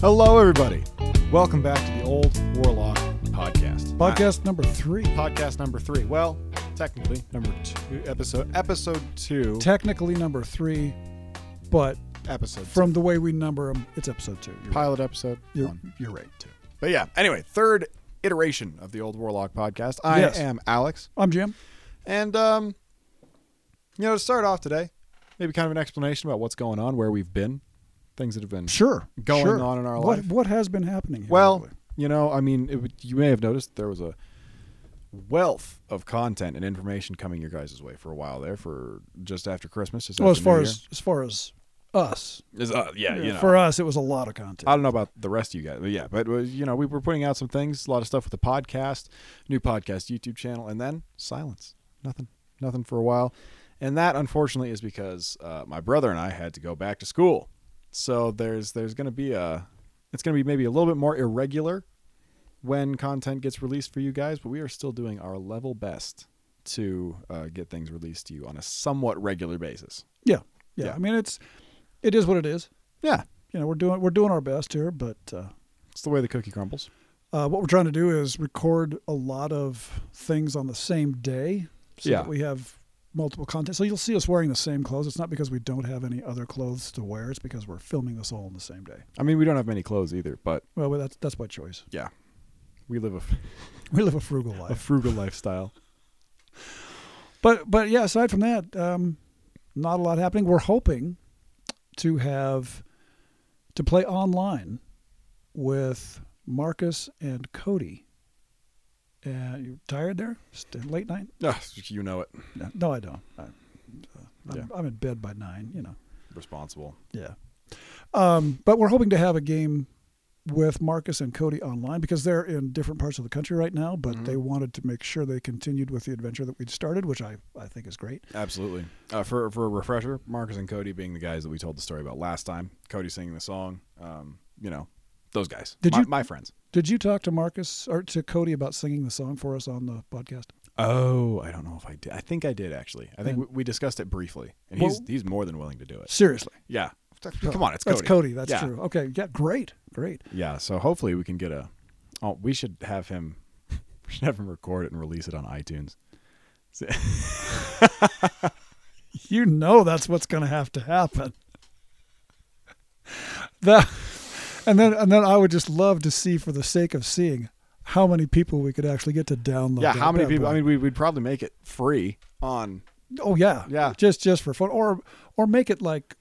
Hello, everybody. Welcome back to the Old Warlock podcast. podcast number three. Ah, podcast number three. Well, technically number two episode episode two. Technically number three, but episode from the way we number them, it's episode two. two. You're, pilot episode. you're, one. you're right. Too. But yeah. Anyway, third iteration of the old Warlock podcast. I Yes. am Alex, I'm Jim. and um, you know, to start off today, maybe kind of an explanation about what's going on, where we've been, things that have been. Sure. Going sure. on in our what, life. What has been happening? Here Well, lately? you know, I mean, it, would- you may have noticed there was a wealth of content and information coming your guys' way for a while there, for just after Christmas. Just well, as after New far Year. as as far as us, Is, uh, yeah, you know. for us, it was a lot of content. I don't know about the rest of you guys, but yeah, but uh, you know, we were putting out some things, a lot of stuff with the podcast, new podcast, YouTube channel, and then silence, nothing, nothing for a while, and that unfortunately is because uh, my brother and I had to go back to school, so there's there's going to be a, it's going to be maybe a little bit more irregular when content gets released for you guys, but we are still doing our level best to uh, get things released to you on a somewhat regular basis. yeah, yeah. Yeah. I mean, it's it is what it is. Yeah, You know, we're doing we're doing our best here, but. Uh, it's the way the cookie crumbles. Uh, what we're trying to do is record a lot of things on the same day so Yeah. that we have multiple content. So you'll see us wearing the same clothes. It's not because we don't have any other clothes to wear, it's because we're filming this all on the same day. I mean, we don't have many clothes either, but Well, that's, that's by choice. yeah, we live a. We live a frugal a life. frugal lifestyle. But, but yeah, aside from that, um, not a lot happening. We're hoping to have to play online with Marcus and Cody. Uh, you tired there? St- Late night? Ah, you know it. No, no, I don't. I, uh, I'm, Yeah. I'm in bed by nine, you know. Responsible. Yeah. Um, but we're hoping to have a game with Marcus and Cody online because they're in different parts of the country right now, but Mhm. they wanted to make sure they continued with the adventure that we'd started, which I, I think is great. Absolutely. Uh, for for a refresher, Marcus and Cody being the guys that we told the story about last time. Cody singing the song. Um, you know, those guys. Did my, you- my friends? Did you talk to Marcus or to Cody about singing the song for us on the podcast? Oh, I don't know if I did. I think I did actually. I think Yeah. we, we discussed it briefly, and Well- he's he's more than willing to do it. Seriously. Yeah. Come on, it's Cody. That's Cody. That's Yeah. true. Okay. Yeah. Great. Great. Yeah. So hopefully we can get a. Oh, we should have him. We should have him record it and release it on iTunes. You know that's what's going to have to happen. That, and then and then I would just love to see, for the sake of seeing, how many people we could actually get to download. Yeah. that How many bad people? boy. I mean, we, we'd probably make it free on. oh yeah, Yeah. just just for fun, or or make it like,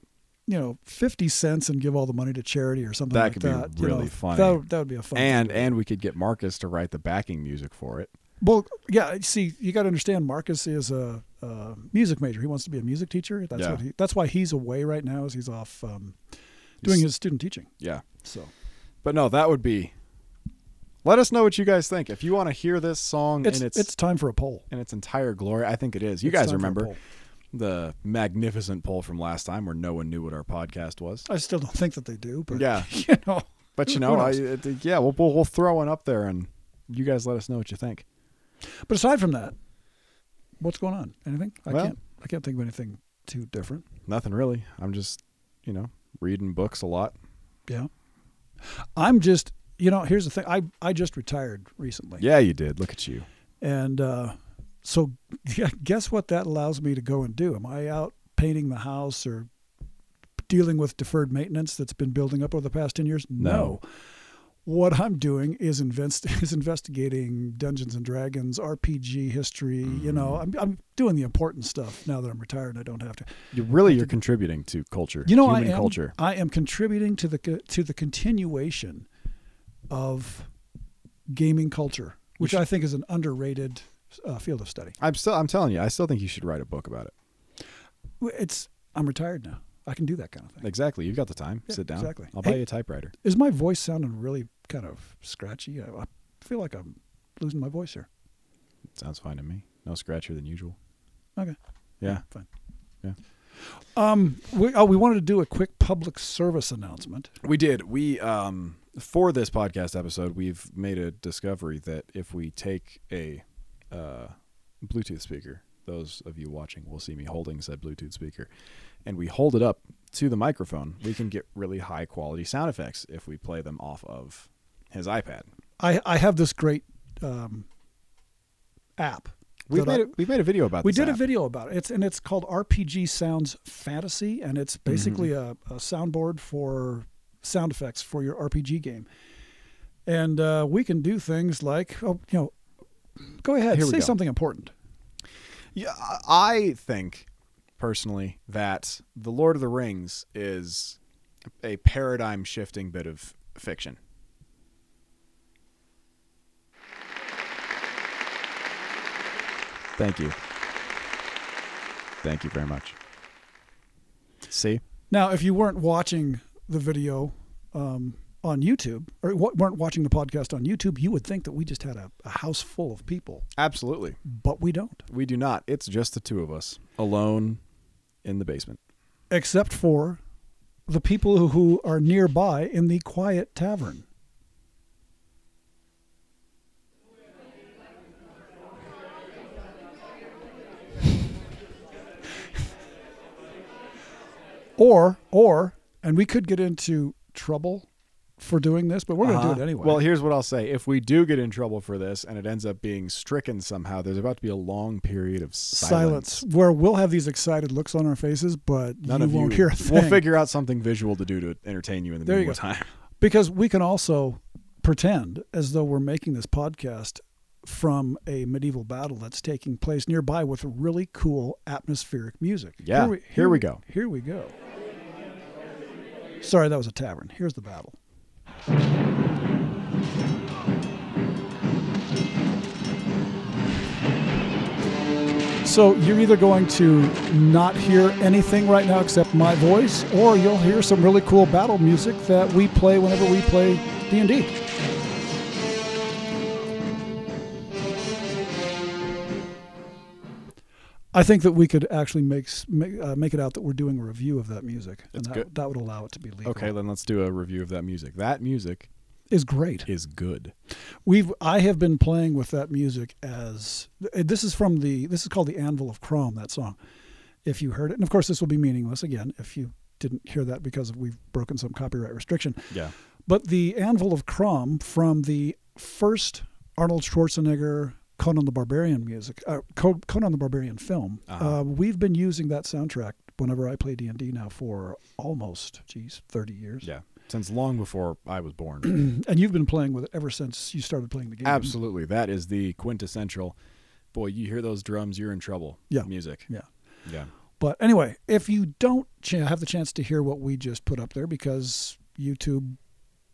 you know, fifty cents and give all the money to charity or something That like could be that. you really know. funny. That would, that would be a fun. thing and to do. and we could get Marcus to write the backing music for it. well, yeah. See, you got to understand, Marcus is a, a music major. He wants to be a music teacher. That's Yeah. what he. That's why he's away right now. Is he's off um, doing He's- his student teaching. Yeah. So. But no, that would be Let us know what you guys think. If you want to hear this song it's, in it's its, time for a poll. in its entire glory, I think it is. You It's guys time for a remember poll. the magnificent poll from last time where no one knew what our podcast was? I still don't think that they do, but Yeah. you know, But you Who know, I, knows? it- yeah, we'll, we'll we'll throw one up there and you guys let us know what you think. But aside from that, what's going on? Anything? I Well- can't. I can't think of anything too different. Nothing really. I'm just, you know, reading books a lot. Yeah. I'm just, you know, here's the thing. I I just retired recently. Yeah, you did. Look at you. And uh, so, yeah, guess what? That allows me to go and do. Am I out painting the house or dealing with deferred maintenance that's been building up over the past ten years? No. What I'm doing is invest is investigating Dungeons and Dragons, RPG history. You know, Mm. I'm I'm doing the important stuff now that I'm retired. and I don't have to. You really you're contributing to culture. You know, human I am culture. I am contributing to the co- to the continuation of gaming culture, which I think is an underrated uh, field of study. I'm still I'm telling you, I still think you should write a book about it. It's I'm retired now. I can do that kind of thing. Exactly. You've got the time. Yeah, Sit down. exactly. I'll buy Hey- you a typewriter. Is my voice sounding really kind of scratchy? I, I feel like I'm losing my voice here. Sounds fine to me. No scratchier than usual. Okay. Yeah. Fine. Yeah. Um, we, oh, we wanted to do a quick public service announcement. We did. We um for this podcast episode, we've made a discovery that if we take a uh Bluetooth speaker those of you watching will see me holding said Bluetooth speaker, and we hold it up to the microphone, we can get really high quality sound effects if we play them off of his iPad. I, I have this great um, app. We've that I- made, a, we've made a video about we this did a app. video about it. It's and it's called RPG Sounds Fantasy, and it's Mm-hmm. basically a, a soundboard for sound effects for your RPG game. And uh, we can do things like, oh, you know, go ahead, Here we say go. something important. Yeah, I- I think personally that The Lord of the Rings is a paradigm shifting bit of fiction. Thank you. Thank you very much. See? Now, if you weren't watching the video um, on YouTube or wa- weren't watching the podcast on YouTube, you would think that we just had a, a house full of people, Absolutely. but we don't, We do not. It's just the two of us alone in the basement. except for the people who- who are nearby in the quiet tavern. Or, or, and we could get into trouble for doing this, but we're going to Uh-huh. do it anyway. Well, here's what I'll say. If we do get in trouble for this and it ends up being stricken somehow, there's about to be a long period of silence. silence. where we'll have these excited looks on our faces, but None you of won't you. hear a thing. We'll figure out something visual to do to entertain you in the There you go. meantime. because we can also pretend as though we're making this podcast from a medieval battle that's taking place nearby with really cool atmospheric music. Yeah, here we go. Here we go. Sorry, that was a tavern. Here's the battle. So you're either going to not hear anything right now except my voice, or you'll hear some really cool battle music that we play whenever we play D and D. I think that we could actually make s- make, uh, make it out that we're doing a review of that music, That's and that, good. that would allow it to be legal. Okay, then let's do a review of that music. That music is great. is good. We've I have been playing with that music as eh, this is from the this is called the Anvil of Chrome that song. If you heard it, and of course this will be meaningless again if you didn't hear that because we've broken some copyright restriction. Yeah. But the Anvil of Crom from the first Arnold Schwarzenegger Conan the Barbarian music, uh, Co- Conan the Barbarian film. Uh-huh. Uh, we've been using that soundtrack whenever I play D and D now for almost, geez, thirty years. Yeah. Since long before I was born. And you've been playing with it ever since you started playing the game. Absolutely. That is the quintessential boy, you hear those drums, you're in trouble. Yeah. Music. Yeah. Yeah. But anyway, if you don't ch- have the chance to hear what we just put up there because YouTube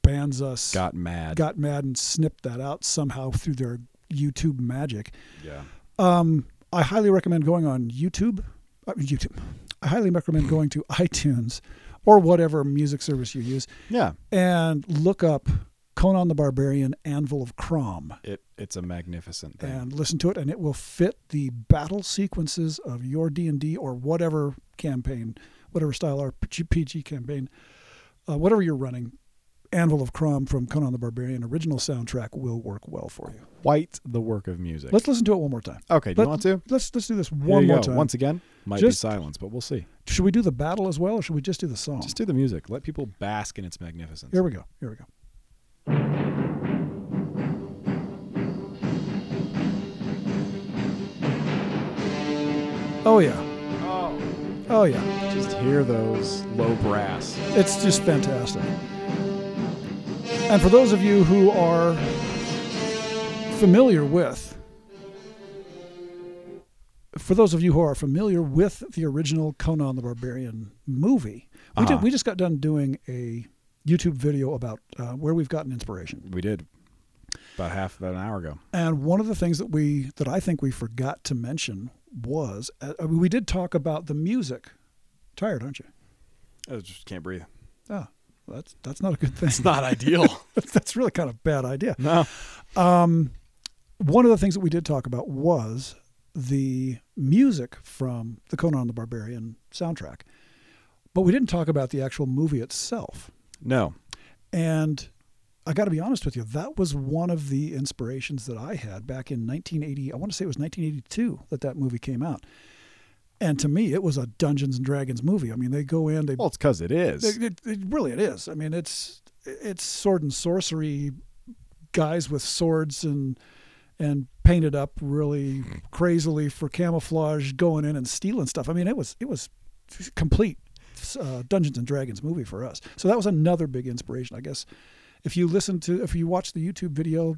bans us, Got mad. got mad and snipped that out somehow through their YouTube magic, yeah. um, I highly recommend going on YouTube. I mean, YouTube. I highly recommend going to iTunes or whatever music service you use Yeah. and look up Conan the Barbarian Anvil of Crom It it's a magnificent thing. and listen to it and it will fit the battle sequences of your d&d or whatever campaign whatever style rpg campaign uh, whatever you're running anvil of crom from conan the barbarian original soundtrack will work well for you Quite the work of music. let's listen to it one more time okay, do let- Uh, you want to? let's let's do this Here one you more go. time Once again, might Just- be silence, but we'll see. should we do the battle as well or should we just do the song Just do the music. Let people bask in its magnificence. Oh. here we go here we go oh yeah Oh. oh yeah Just hear those low brass. It's just fantastic. And for those of you who are familiar with, for those of you who are familiar with the original Conan the Barbarian movie, we, Uh-huh. did, we just got done doing a YouTube video about uh, where we've gotten inspiration. We did about half about an hour ago. And one of the things that we that I think we forgot to mention was uh, I mean, we did talk about the music. Tired, aren't you? I just can't breathe. Ah, well, that's that's not a good thing. It's not ideal. that's really kind of a bad idea. no. one of the things that we did talk about was the music from the Conan the Barbarian soundtrack, but we didn't talk about the actual movie itself. No. And I got to be honest with you, that was one of the inspirations that I had back in 1980. I want to say it was 1982 that that movie came out. And to me, it was a Dungeons and Dragons movie. I mean, they go in, they, Well, it's because it is. they- it, it really it is. I mean, it's it's sword and sorcery guys with swords and and painted up really crazily for camouflage, going in and stealing stuff. I mean, it was it was complete uh, Dungeons and Dragons movie for us. So that was another big inspiration, I guess. If you listen to if you watch the YouTube video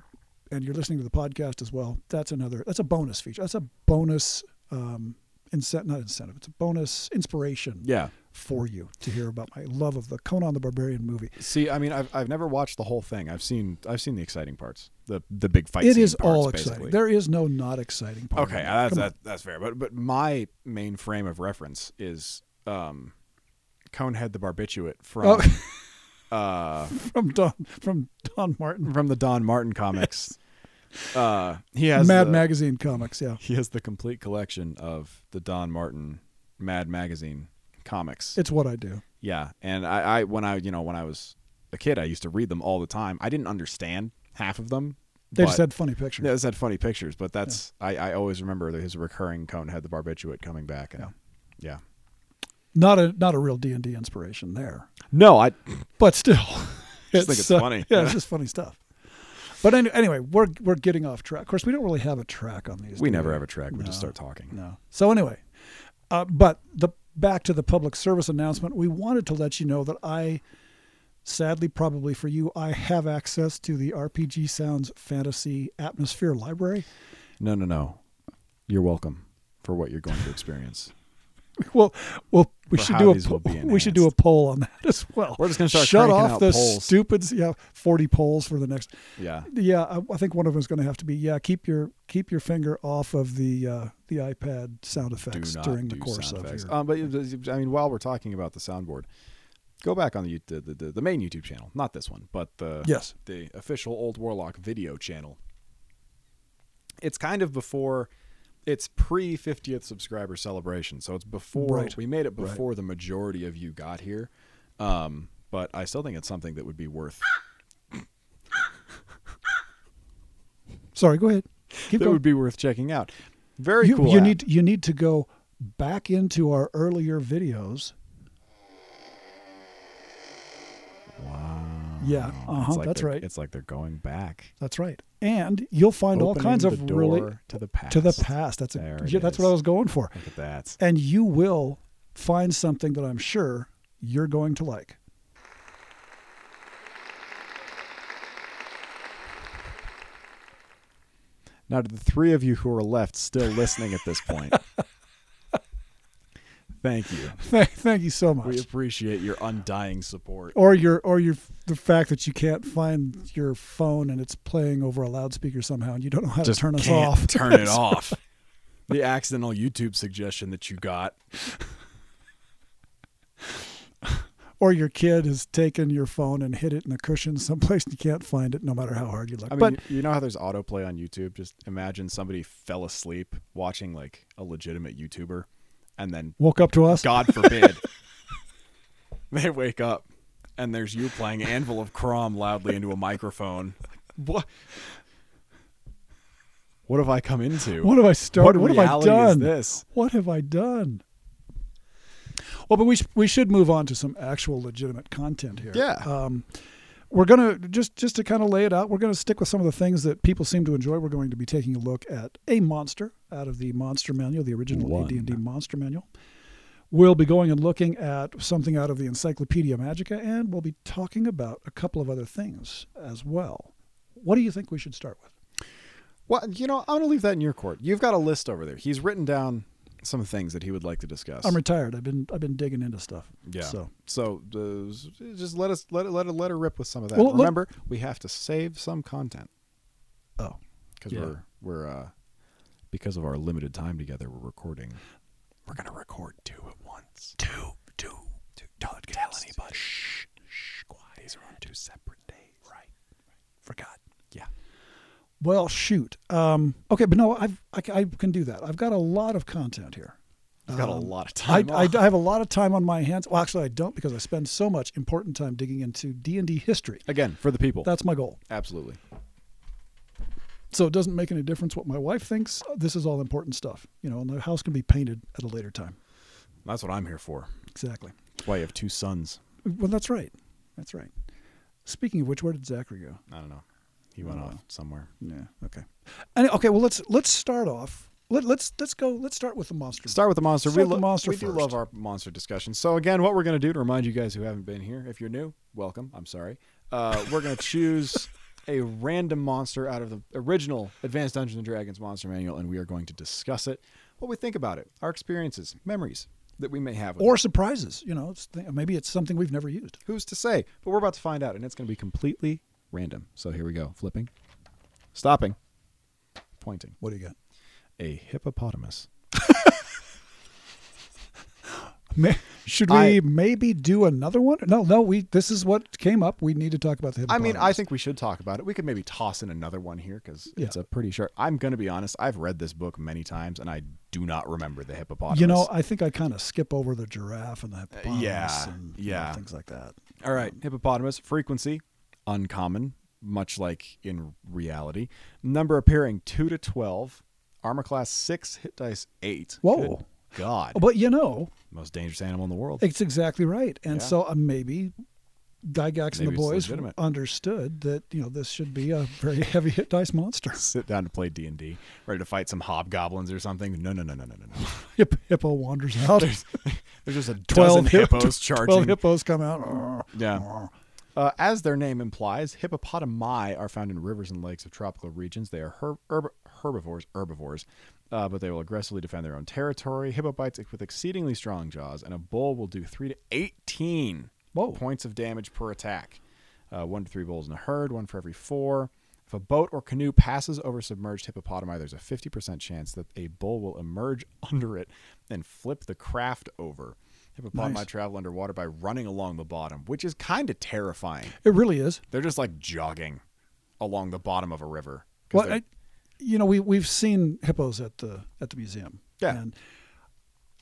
and you're listening to the podcast as well, that's another that's a bonus feature. That's a bonus um incent not incentive. It's a bonus inspiration Yeah. for you to hear about my love of the Conan the Barbarian movie. See, I mean, I've, I've never watched the whole thing. I've seen I've seen the exciting parts, the the big fight. It scene is parts, all exciting. basically. There is no not exciting part. Okay, uh, of it. that's Come on. that, that's fair. But but my main frame of reference is um, Conehead the barbiturate from Oh. uh, from Don from Don Martin, from the Don Martin comics. uh, he has Mad the, Magazine comics. Yeah, He has the complete collection of the Don Martin Mad Magazine comics. it's what I do. Yeah, and I, I when I you know when I was a kid, I used to read them all the time. I didn't understand half of them. They just but- had funny pictures. Yeah, it's had funny pictures, but that's I, I always remember that his recurring cone had the barbiturate coming back. And, yeah. Not a not a real D and D inspiration there, No, I but still, Just think it's uh, funny. Yeah, it's just funny stuff. But any- anyway, we're we're getting off track. Of course, we don't really have a track on these. we do never have a track. We just No. start talking. No. So anyway, uh, but the back to the public service announcement. We wanted to let you know that I, sadly, probably for you, I have access to the RPG Sounds Fantasy Atmosphere Library. No, no, no. You're welcome for what you're going to experience. Well, well, we For should how do a these po- will be we should do a enhanced. poll on that as well. We're just gonna start shut cranking off out the polls. stupid. Yeah, forty polls for the next. yeah. Yeah, I, I think one of them is going to have to be. Yeah, keep your keep your finger off of the uh, the iPad sound Do effects not during the do course sound of effects. your. Um, but it- I mean, while we're talking about the soundboard, go back on the you- the, the, the, the main YouTube channel, not this one, but the yes. the official Old Warlock video channel. It's kind of before, it's pre 50th subscriber celebration. So it's before, Right. we made it Right. before the majority of you got here. Um, but I still think it's something that would be worth, Sorry. Go ahead. Keep that going. would be worth checking out. Very you, cool. You app. need you need to go back into our earlier videos. Wow. Yeah, uh-huh, Oh, It's like that's they're- right. It's like they're going back. That's right, and you'll find all Opening kinds the of door really to the past. to the past. That's a, There it yeah, that's what is. I was going for, Look at that. and you will find something that I'm sure you're going to like. Now, to the three of you who are left still listening at this point, thank you. Thank, thank you so We much. appreciate your undying support. Or your or your the fact that you can't find your phone and it's playing over a loudspeaker somehow, and you don't know how to turn us can't off. Turn it off. The accidental YouTube suggestion that you got. Or your kid has taken your phone and hid it in a cushion someplace and you can't find it, no matter how hard you look. I mean, but you, you know how there's autoplay on YouTube? Just imagine somebody fell asleep watching like a legitimate YouTuber and then, woke up to us. God forbid, they wake up and there's you playing Anvil of Crom loudly into a microphone. What? What have I come into? What have I started? What, What have I reality is done? this? What have I done? Well, but we sh- we should move on to some actual legitimate content here. Yeah. Um, we're gonna just just to kind of lay it out. We're gonna stick with some of the things that people seem to enjoy. We're going to be taking a look at a monster out of the monster manual, the original One. AD and D monster manual. We'll be going and looking at something out of the Encyclopedia Magica, and we'll be talking about a couple of other things as well. What do you think we should start with? Well, you know, I'm going to leave that in your court. You've got a list over there. He's written down some things that he would like to discuss. I'm retired. I've been I've been digging into stuff. yeah. So So, so uh, just let us let it, let it, let her rip with some of that. Well, let- Remember, we have to save some content oh. because Yeah. we're we're uh, because of our limited time together. We're recording. We're going to record two at once. Two, two, two. Don't tell anybody. Shh, shh. Quiet. These are on two separate days. Right. Forgot. Yeah. Well, shoot. Um, okay, but no, I've, I, I can do that. I've got a lot of content here. I've got a Um, lot of I, time. I, off. I have a lot of time on my hands. Well, actually, I don't because I spend so much important time digging into D and D history. Again, for the people. That's my goal. Absolutely. So it doesn't make any difference what my wife thinks. This is all important stuff, you know. And the house can be painted at a later time. That's what I'm here for. Exactly. That's why you have two sons. Well, that's right. That's right. Speaking of which, where did Zachary go? I don't know. He went Oh. off somewhere. Yeah. Okay. And okay. Well, let's let's start off. Let, let's let's go. Let's start with the monster. Start with the monster. Start we with the monster we do first. love our monster discussion. So again, what we're going to do to remind you guys who haven't been here, if you're new, welcome. I'm sorry. Uh, we're going to choose a random monster out of the original Advanced Dungeons and Dragons Monster Manual, and we are going to discuss it, what we think about it, our experiences, memories that we may have. With it. or surprises. You know, it's th- maybe it's something we've never used. who's to say? But we're about to find out, and it's going to be completely random. So here we go. Flipping, stopping, pointing. What do you got? A hippopotamus. May- should we I- maybe do another one? No, no. We this is what came up. We need to talk about the. I mean, I hippopotamus. think we should talk about it. We could maybe toss in another one here because Yeah. it's a pretty short. I'm going to be honest. I've read this book many times, and I do not remember the hippopotamus. You know, I Uh, think I kind of skip over the giraffe and the hippopotamus yeah, and you know, yeah. things like that. all right, hippopotamus frequency uncommon, much like in reality. Number appearing two to twelve. Armor class six, hit dice eight. Whoa. Good God, But you know, most dangerous animal in the world. it's exactly right, and Yeah. so uh, maybe Gygax and Maybe the it's boys legitimate. understood that you know this should be a very heavy hit dice monster. Sit down to play D and D, ready to fight some hobgoblins or something. No, no, no, no, no, no, no. Hip, hippo wanders out. There's just a dozen Twelve hip- hippos Twelve charging. hippos come out. Yeah. Uh, as their name implies, hippopotami are found in rivers and lakes of tropical regions. They are herb- herb- herbivores, herbivores, uh, but they will aggressively defend their own territory. Hippo bites with exceedingly strong jaws, and a bull will do three to eighteen Whoa. points of damage per attack. Uh, one to three bulls in a herd, one for every four. If a boat or canoe passes over submerged hippopotami, there's a 50% chance that a bull will emerge under it and flip the craft over. Hippopotami Nice. travel underwater by running along the bottom, which is kind of terrifying. It really is. They're just like jogging along the bottom of a river. 'Cause Well, they're- I, you know, we we've seen hippos at the at the museum. Yeah. And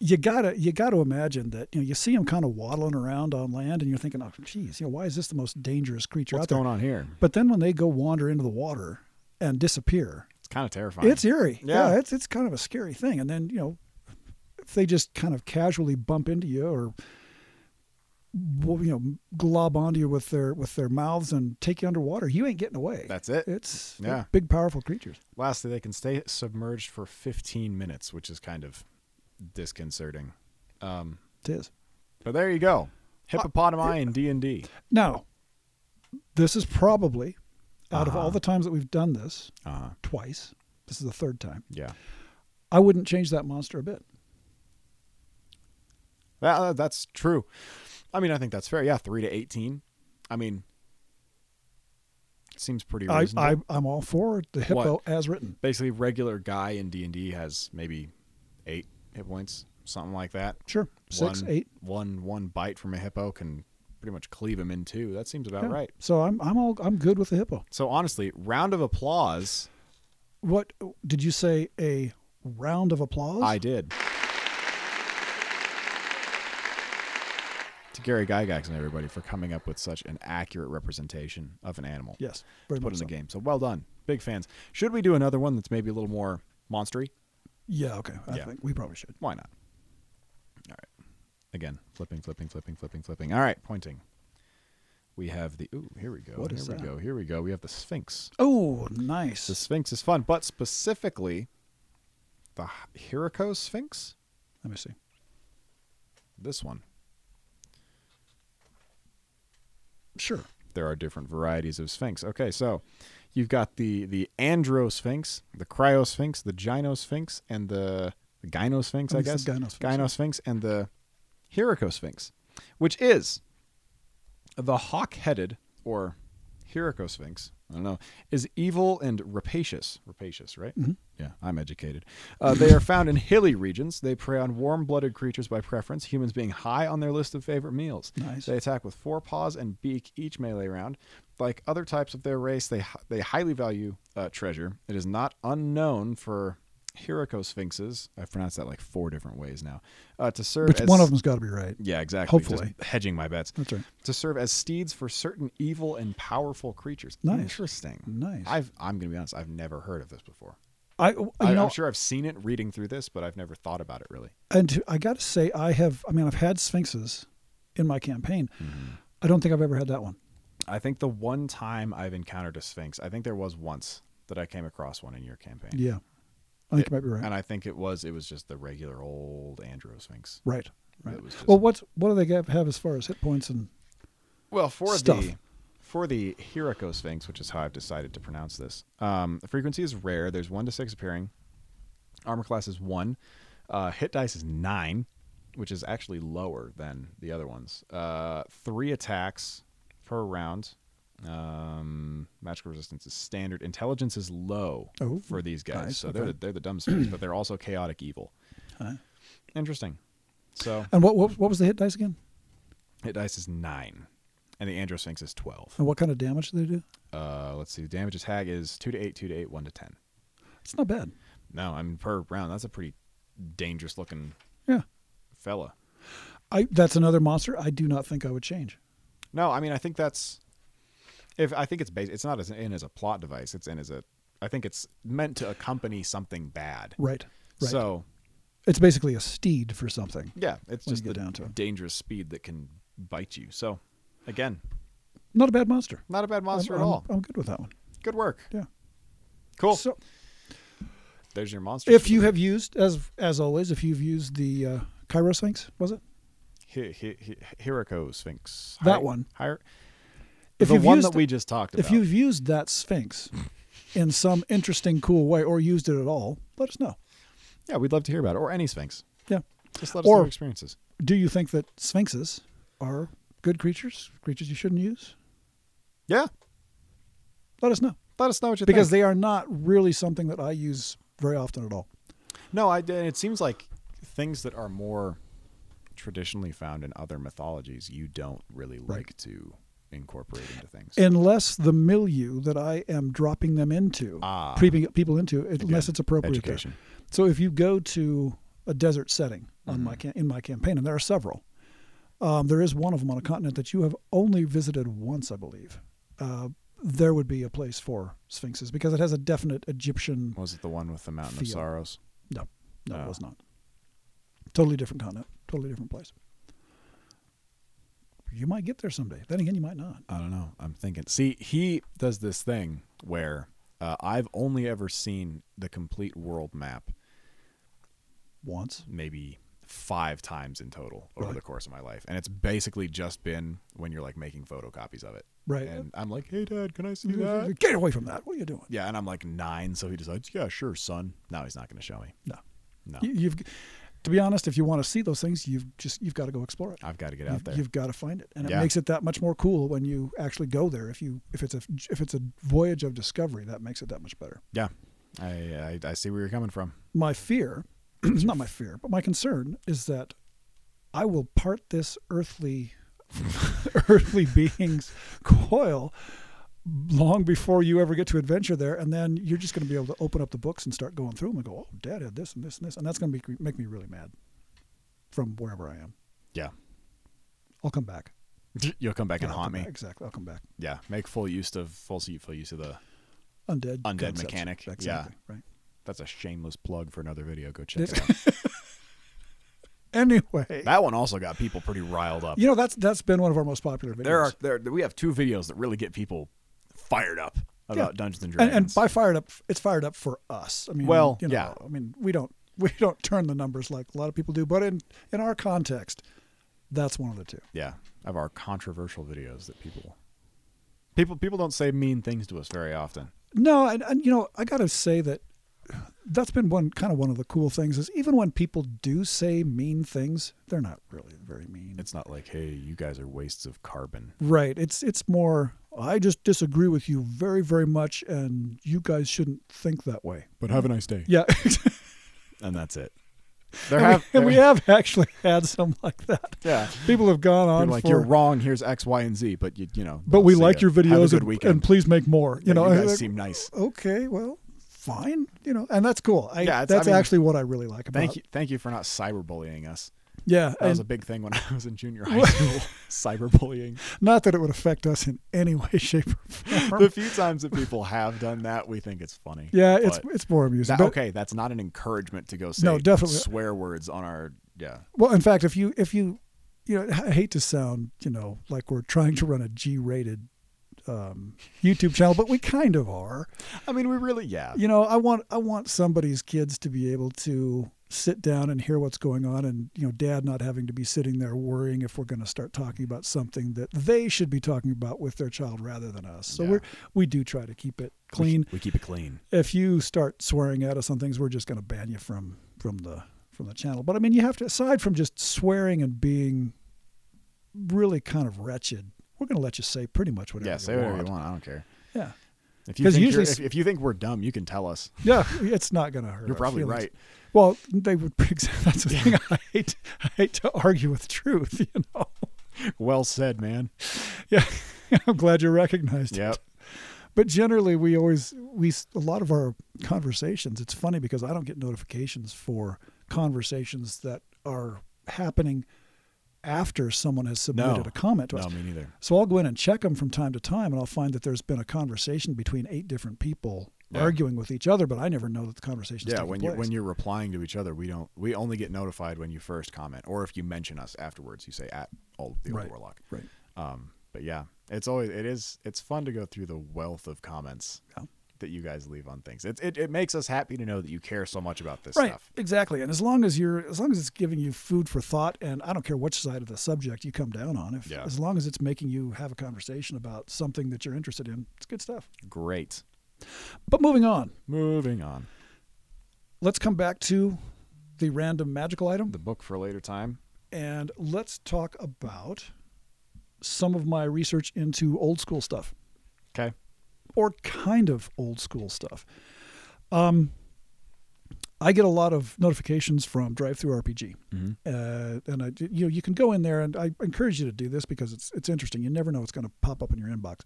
you gotta you gotta imagine that you know you see them kind of waddling around on land, and you're thinking, oh, geez, you know, why is this the most dangerous creature what's out there? going on here? But then when they go wander into the water and disappear, It's kind of terrifying. it's eerie. Yeah. it's it's kind of a scary thing. And then you know, if they just kind of casually bump into you or well, you know glob onto you with their with their mouths and take you underwater, you ain't getting away. That's it. It's they're Yeah. big, powerful creatures. Lastly, they can stay submerged for 15 minutes, which is kind of disconcerting. Um, It is. But there you go. Hippopotami and D and D. Now, this is probably out of Uh-huh. all the times that we've done this Uh twice. This is the third time. Yeah. I wouldn't change that monster a bit. That, uh, that's true. I mean, I think that's fair. Yeah, three to eighteen. I mean, seems pretty I, reasonable. I I'm all for the hippo as written. Basically, regular guy in D and D has maybe eight hit points, something like that. Sure, six, one, eight, one- one bite from a hippo can pretty much cleave him in two. That seems about yeah. right. So I'm I'm all I'm good with the hippo. So honestly, round of applause. What did you say? A round of applause. I did. To Gary Gygax and everybody for coming up with such an accurate representation of an animal. yes, very to put much in so. the game. So well done. Big fans. Should we do another one that's maybe a little more monstery? Yeah, okay. I Yeah. think we probably should. Why not? All right. Again, flipping, flipping, flipping, flipping, flipping. All right, pointing. We have the ooh, here we go. What here is we that? go. Here we go. We have the Sphinx. Oh, The nice. Sphinx is fun, but specifically the Hirako Sphinx? Let me see. This one. Sure. there are different varieties of sphinx. Okay, so you've got the the androsphinx, the cryosphinx, the gynosphinx, and the, the gynosphinx, Oh, I it's the guess. gynosphinx, yeah. Gynosphinx and the hiracosphinx, which is the hawk-headed or hiracosphinx. I don't know. Is evil and rapacious. Rapacious, right? Mhm. Yeah, I'm educated. Uh, they are found in hilly regions. They prey on warm-blooded creatures by preference. Humans being high on their list of favorite meals. Nice. They attack with forepaws and beak each melee round. Like other types of their race, they they highly value uh, treasure. It is not unknown for Hirico sphinxes. I've pronounced that like four different ways now. Uh, to serve Which as, one of them's got to be right. Yeah, exactly. Hopefully. Just hedging my bets That's right. to serve as steeds for certain evil and powerful creatures. Nice. Interesting. Nice. I've, I'm going to be honest. I've never heard of this before. I, you I, know, I'm sure I've seen it reading through this, but I've never thought about it really. and I got to say, I have. I mean, I've had sphinxes in my campaign. Mm-hmm. I don't think I've ever had that one. I think the one time I've encountered a sphinx, I think there was once that I came across one in your campaign. Yeah, I think you might be right. And I think it was it was just the regular old Andro Sphinx. Right. Right. That was just- Well, what's what do they get- have as far as hit points and Well, for the Stuff. for the Hirico Sphinx, which is how I've decided to pronounce this, um, the frequency is rare. There's one to six appearing. Armor class is one. Uh, hit dice is nine, which is actually lower than the other ones. Uh, three attacks per round. Um, magical resistance is standard. Intelligence is low Oh, for these guys, nice, so they're okay. the, they're the dumb sphinx, but they're also chaotic evil. Huh. Interesting. So and what, what what was the hit dice again? hit dice is nine, and the Andro Sphinx is twelve. And what kind of damage do they do? Uh, let's see. Damage to tag is two to eight, two to eight, one to ten. It's not bad. No, I mean per round. That's a pretty dangerous looking Yeah. fella. I that's another monster I do not think I would change. No, I mean I think that's if I think it's bas It's not as in as a plot device. It's in as a. I think it's meant to accompany something bad. Right. Right. So it's basically a steed for something. yeah, it's When you just get the down to it. dangerous speed that can bite you. So again, Not a bad monster. not a bad monster I'm, at I'm- all. I'm good with that one. Good work. Yeah. Cool. So There's your monster. if you have used as as always, if you've used the uh, Cairo Sphinx, was it? Hi- hi- hi- Hirico Sphinx. That Hi- one. Hi- If the you've one used that we just talked about. If you've used that Sphinx in some interesting, cool way, or used it at all, let us know. Yeah, we'd love to hear about it. Or any Sphinx. Yeah. Just let us know Or- your experiences. Do you think that sphinxes are good creatures? Creatures you shouldn't use? Yeah. Let us know Let us know what you because think. they are not really something that I use very often at all. Because no, I, and it seems like things that are more traditionally found in other mythologies, you don't really like Right. to incorporate into things. unless the milieu that I am dropping them into, Ah. creeping people into, unless Again, it's appropriate. there. education. So if you go to a desert setting on my ca- in my campaign, and there are several, um, there is one of them on a continent that you have only visited once, I believe. Uh, there would be a place for sphinxes because it has a definite Egyptian. Was it the one with the Mountain of Feel. Sorrows? No, no, Ah. it was not. Totally different continent, totally different place. You might get there someday. Then again, you might not. I don't know. I'm thinking. See, he does this thing where uh, I've only ever seen the complete world map Once, maybe five times in total over Really? the course of my life. And it's basically just been when you're like making photocopies of it. right? And I'm like, hey, dad, can I see that? Get away from that! What are you doing? Yeah. And I'm like nine. So he decides, yeah, sure, son. Now he's not going to show me. No. No. You, you've, to be honest, if you want to see those things, you've just you've got to go explore it. I've got to get You've, out there. you've got to find it, and it Yeah. makes it that much more cool when you actually go there. If you if it's a if it's a voyage of discovery, that makes it that much better. Yeah. I, I, I see where you're coming from. My fear, not my fear, but my concern is that I will part this earthly earthly being's coil long before you ever get to adventure there and then you're just going to be able to open up the books and start going through them and go oh dad had this and this and this and that's going to be, make me really mad from wherever i am Yeah. I'll come back. You'll come back and Yeah, I'll haunt me. come back. Exactly. I'll come back. Yeah. Make full use of full, se- full use of the. Undead Undead. concepts. mechanic, yeah. Exactly. Right. That's a shameless plug for another video. Go check Yes. it out. Anyway, that one also got people pretty riled up. you know that's that's been one of our most popular videos. there are there we have two videos that really get people fired up about Dungeons and and, Dragons. and by fired up, it's fired up for us. I mean, Well, you know, yeah. I mean, we don't we don't turn the numbers like a lot of people do, but in in our context, that's one of the two. yeah, of our controversial videos that people people people don't say mean things to us very often. No, and, and you know, I got to say that that's been one kind of one of the cool things is even when people do say mean things, they're not really very mean. It's not like, hey, you guys are wastes of carbon. Right. It's it's more I just disagree with you very very much and you guys shouldn't think that way. But have a nice day. Yeah. And that's it. There and, have we, and we there- have actually had some like that. yeah. People have gone You're on like for, you're wrong. Here's X, Y, and Z, but you you know. but don't we see liked it. your Have a videos good and, weekend. and please make more. You Yeah, know. you guys Like, seem nice. okay, well, fine, you know, and that's cool. I, Yeah, it's- that's I mean, actually what I really like about. Thank it. you, thank you for not cyberbullying us. Yeah, That was a and big thing when I was in junior high school. cyberbullying. not that it would affect us in any way, shape, or form. The few times that people have done that, we think it's funny. yeah, it's But it's more amusing. that- but- okay. That's not an encouragement to go say No, definitely. swear words on our yeah. Well, in fact, if you if you you know, I hate to sound you know like we're trying to run a G-rated um, YouTube channel, but we kind of are. I mean, we really yeah. You know, I want I want somebody's kids to be able to sit down and hear what's going on, and you know, Dad not having to be sitting there worrying if we're going to start talking about something that they should be talking about with their child rather than us. So Yeah. we're we do try to keep it We- clean. we keep it clean. If you start swearing at us on things, we're just going to ban you from from the from the channel. But I mean, you have to aside from just swearing and being really kind of wretched, we're going to let you say pretty much whatever. Yeah, you say whatever want. you want. I don't care. Yeah, If you 'Cause think usually you're- s- if, if you think we're dumb, you can tell us. yeah, it's not going to hurt. You're our probably feelings. right. Well, they would. That's the thing. I hate. I hate to argue with truth. You know. Well said, man. Yeah, I'm glad you recognized it. Yep. But generally, we always we s- a lot of our conversations. It's funny because I don't get notifications for conversations that are happening after someone has submitted a comment to us. No, me neither. So I'll go in and check them from time to time, and I'll find that there's been a conversation between eight different people Yeah. arguing with each other, but I never know that the conversation's Yeah, taking when you place. when you're replying to each other, we don't we only get notified when you first comment or if you mention us afterwards. You say at old the old Right. warlock. right. Um, but yeah, it's always it is it's fun to go through the wealth of comments Yeah. that you guys leave on things. It, it it makes us happy to know that you care so much about this Right, stuff. exactly. And as long as you're, as long as it's giving you food for thought, and I don't care which side of the subject you come down on, if Yeah. as long as it's making you have a conversation about something that you're interested in, it's good stuff. Great. But moving on, Moving on. let's come back to the random magical item, The book for later time. and let's talk about some of my research into old school stuff. Okay. or kind of old school stuff. Um, I get a lot of notifications from Drive Through RPG, Mhm. uh, and I, you know you can go in there, and I encourage you to do this because it's it's interesting. You never know what's going to pop up in your inbox.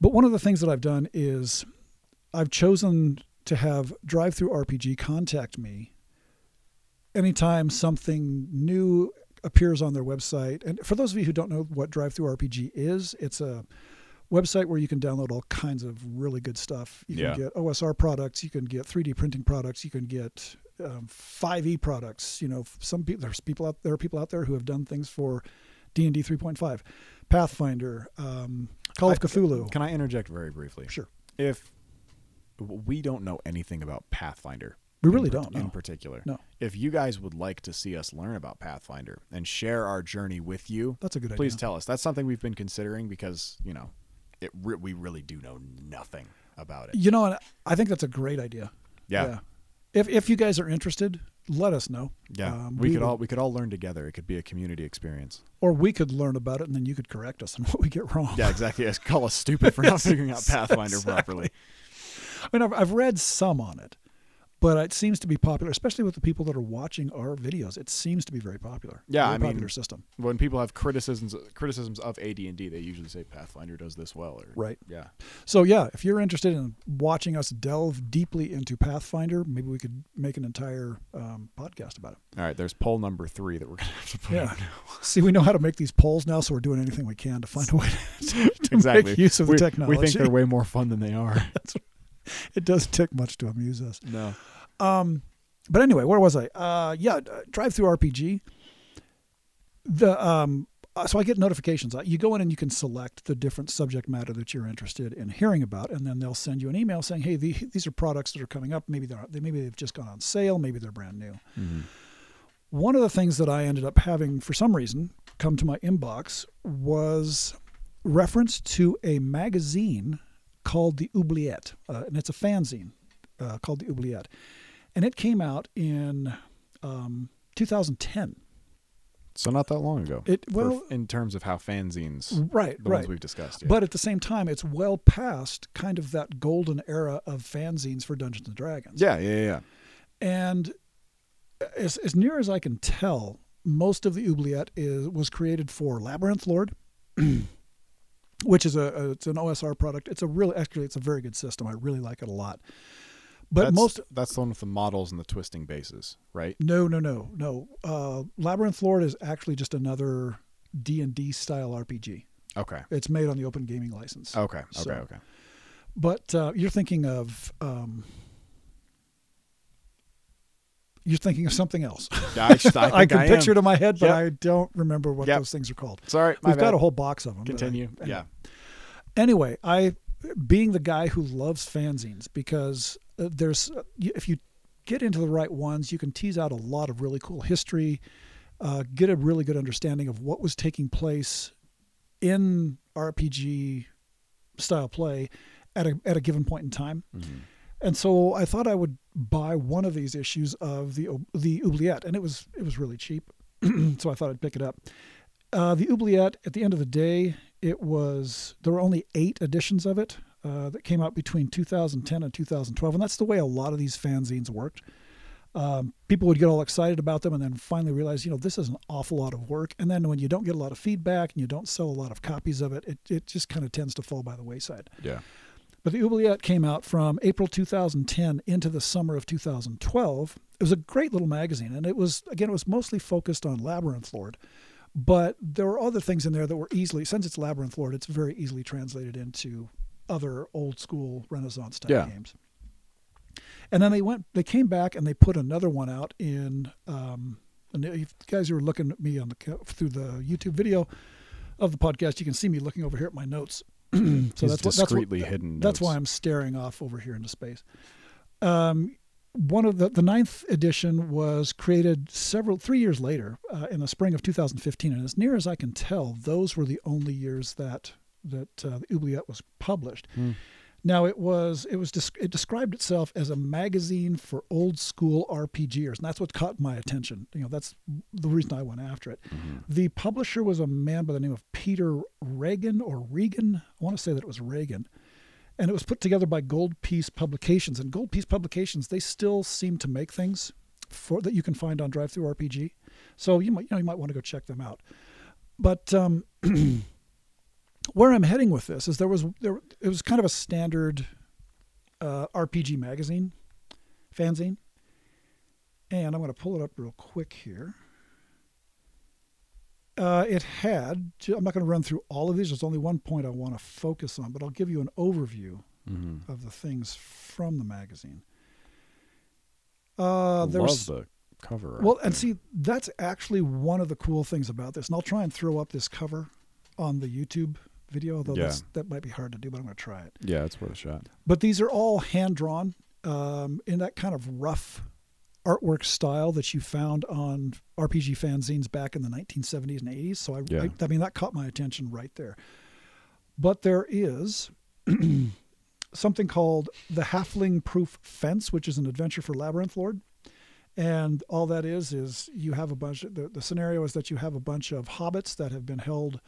But one of the things that I've done is I've chosen to have Drive Through RPG contact me anytime something new appears on their website. And for those of you who don't know what Drive Through RPG is, it's a website where you can download all kinds of really good stuff. You Yeah. can get OSR products, you can get 3D printing products, you can get um, 5e products. You know, some people there's people out there are people out there who have done things for D and D 3.5, Pathfinder, um, Call of I- uh, Cthulhu. Can I interject very briefly? Sure, If we don't know anything about Pathfinder, we in really par- don't in know. particular. No. If you guys would like to see us learn about Pathfinder and share our journey with you, That's a good please idea. tell us. That's something we've been considering because you know, it re- we really do know nothing about it. You know, and I think that's a great idea. Yeah. If if you guys are interested, let us know. Yeah, Um, we, could would- all we could all learn together. It could be a community experience. or we could learn about it, and then you could correct us on what we get wrong. Yeah, exactly. Yes, Call us stupid for not figuring out Pathfinder properly. I mean, I've, I've read some on it, but it seems to be popular, especially with the people that are watching our videos. It seems to be very popular. Yeah, very I mean- popular system. When people have criticisms criticisms of AD and D, they usually say Pathfinder does this well. Or, Right. Yeah. So yeah, if you're interested in watching us delve deeply into Pathfinder, maybe we could make an entire um, podcast about it. All right. There's poll number three that we're gonna have to put. Yeah. See, we know how to make these polls now, so we're doing anything we can to find a way to, to Exactly. make use of the we, technology. We think they're way more fun than they are. it does take much to amuse us. no. Um, but anyway, where was I? Uh, yeah, drive through RPG. The um, uh, so I get notifications. Uh, You go in and you can select the different subject matter that you're interested in hearing about, and then they'll send you an email saying, "Hey, the, these are products that are coming up. Maybe they're they, maybe they've just gone on sale. Maybe they're brand new." One of the things that I ended up having for some reason come to my inbox was reference to a magazine called the Oubliette, uh, and it's a fanzine uh, called the Oubliette, and it came out in um, 2010. So not that long ago. It For- well, in terms of how fanzines, right, the right. ones we've discussed. yeah. But at the same time, it's well past kind of that golden era of fanzines for Dungeons and Dragons. yeah, yeah, yeah, yeah. And as, as near as I can tell, most of the Oubliette is was created for Labyrinth Lord, which is a, a it's an OSR product. It's a really actually it's a very good system. I really like it a lot. But that's, most that's the one with the models and the twisting bases, right? no, no, no, no. Uh, Labyrinth Lord is actually just another D and D style RPG. Okay. It's made on the Open Gaming License. Okay. Okay. So- okay. But uh, you're thinking of um, you're thinking of something else. I, just- I, think I can I am. picture it in my head, but Yep. I don't remember what Yep. those things are called. It's all right. My We've got bad. a whole box of them. but I- continue. anyway. yeah. anyway, I being the guy who loves fanzines because uh, there's uh, y- if you get into the right ones, you can tease out a lot of really cool history, uh, get a really good understanding of what was taking place in RPG style play at a at a given point in time. Mm-hmm. And so I thought I would buy one of these issues of the the Oubliette, and it was it was really cheap, so I thought I'd pick it up. Uh, the Oubliette, at the end of the day, it was there were only eight editions of it uh, that came out between 2010 and 2012, and that's the way a lot of these fanzines worked. Um, people would get all excited about them, and then finally realize, you know, this is an awful lot of work. And then when you don't get a lot of feedback and you don't sell a lot of copies of it, it, it just kind of tends to fall by the wayside. Yeah. But the Oubliette came out from April 2010 into the summer of 2012. It was a great little magazine, and it was again it was mostly focused on Labyrinth Lord, but there were other things in there that were easily since it's Labyrinth Lord, it's very easily translated into other old school Renaissance type Yeah. games. And then they went, they came back, and they put another one out in. Um, and if you guys who are looking at me on the co- through the YouTube video of the podcast, you can see me looking over here at my notes. so His that's what, that's what discreetly hidden. that's why notes. I'm staring off over here into space. Um, one of the the ninth edition was created several three years later uh, in the spring of 2015, and as near as I can tell, those were the only years that that uh, the Oubliette was published. Hmm. Now it was it was desc- it described itself as a magazine for old school RPGers, and that's what caught my attention. You know, that's the reason I went after it. Mhm. The publisher was a man by the name of Peter Reagan or Regan. I want to say that it was Reagan. And it was put together by Gold Piece Publications. And Gold Piece Publications, they still seem to make things for that you can find on Drive Through RPG. So you might you know you might want to go check them out. But um, where I'm heading with this is there was there it was kind of a standard uh, RPG magazine, fanzine. And I'm going to pull it up real quick here. Uh, it had, I'm not going to run through all of these. There's only one point I want to focus on, but I'll give you an overview Mhm. of the things from the magazine. Uh, there Love was, the cover. art well, and there. see, that's actually one of the cool things about this. And I'll try and throw up this cover on the YouTube video, although Yeah. that's, that might be hard to do, but I'm going to try it. Yeah, it's worth a shot. But these are all hand drawn um, in that kind of rough artwork style that you found on RPG fanzines back in the 1970s and 80s. So I, Yeah. I, I mean, that caught my attention right there. But there is something called the Halfling Proof Fence, which is an adventure for Labyrinth Lord. And all that is is you have a bunch. Of, the, the scenario is that you have a bunch of hobbits that have been held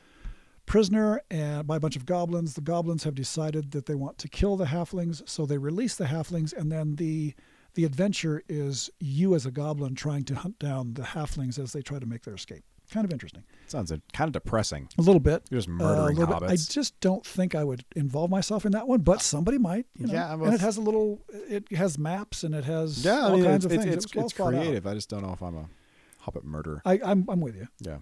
prisoner and by a bunch of goblins. The goblins have decided that they want to kill the halflings, so they release the halflings, and then the the adventure is you as a goblin trying to hunt down the halflings as they try to make their escape. Kind of interesting. Sounds a, kind of depressing. A little bit. You're just Uh, a murdering little bit. I hobbits. just don't think I would involve myself in that one, but somebody might. You know? Yeah, well, and it it's- has a little. It has maps and it has yeah, I all mean, kinds it's, of it's, things. it's, It was well it's thought out. creative. I just don't know if I'm a hobbit murderer. I, I'm I'm with you. Yeah.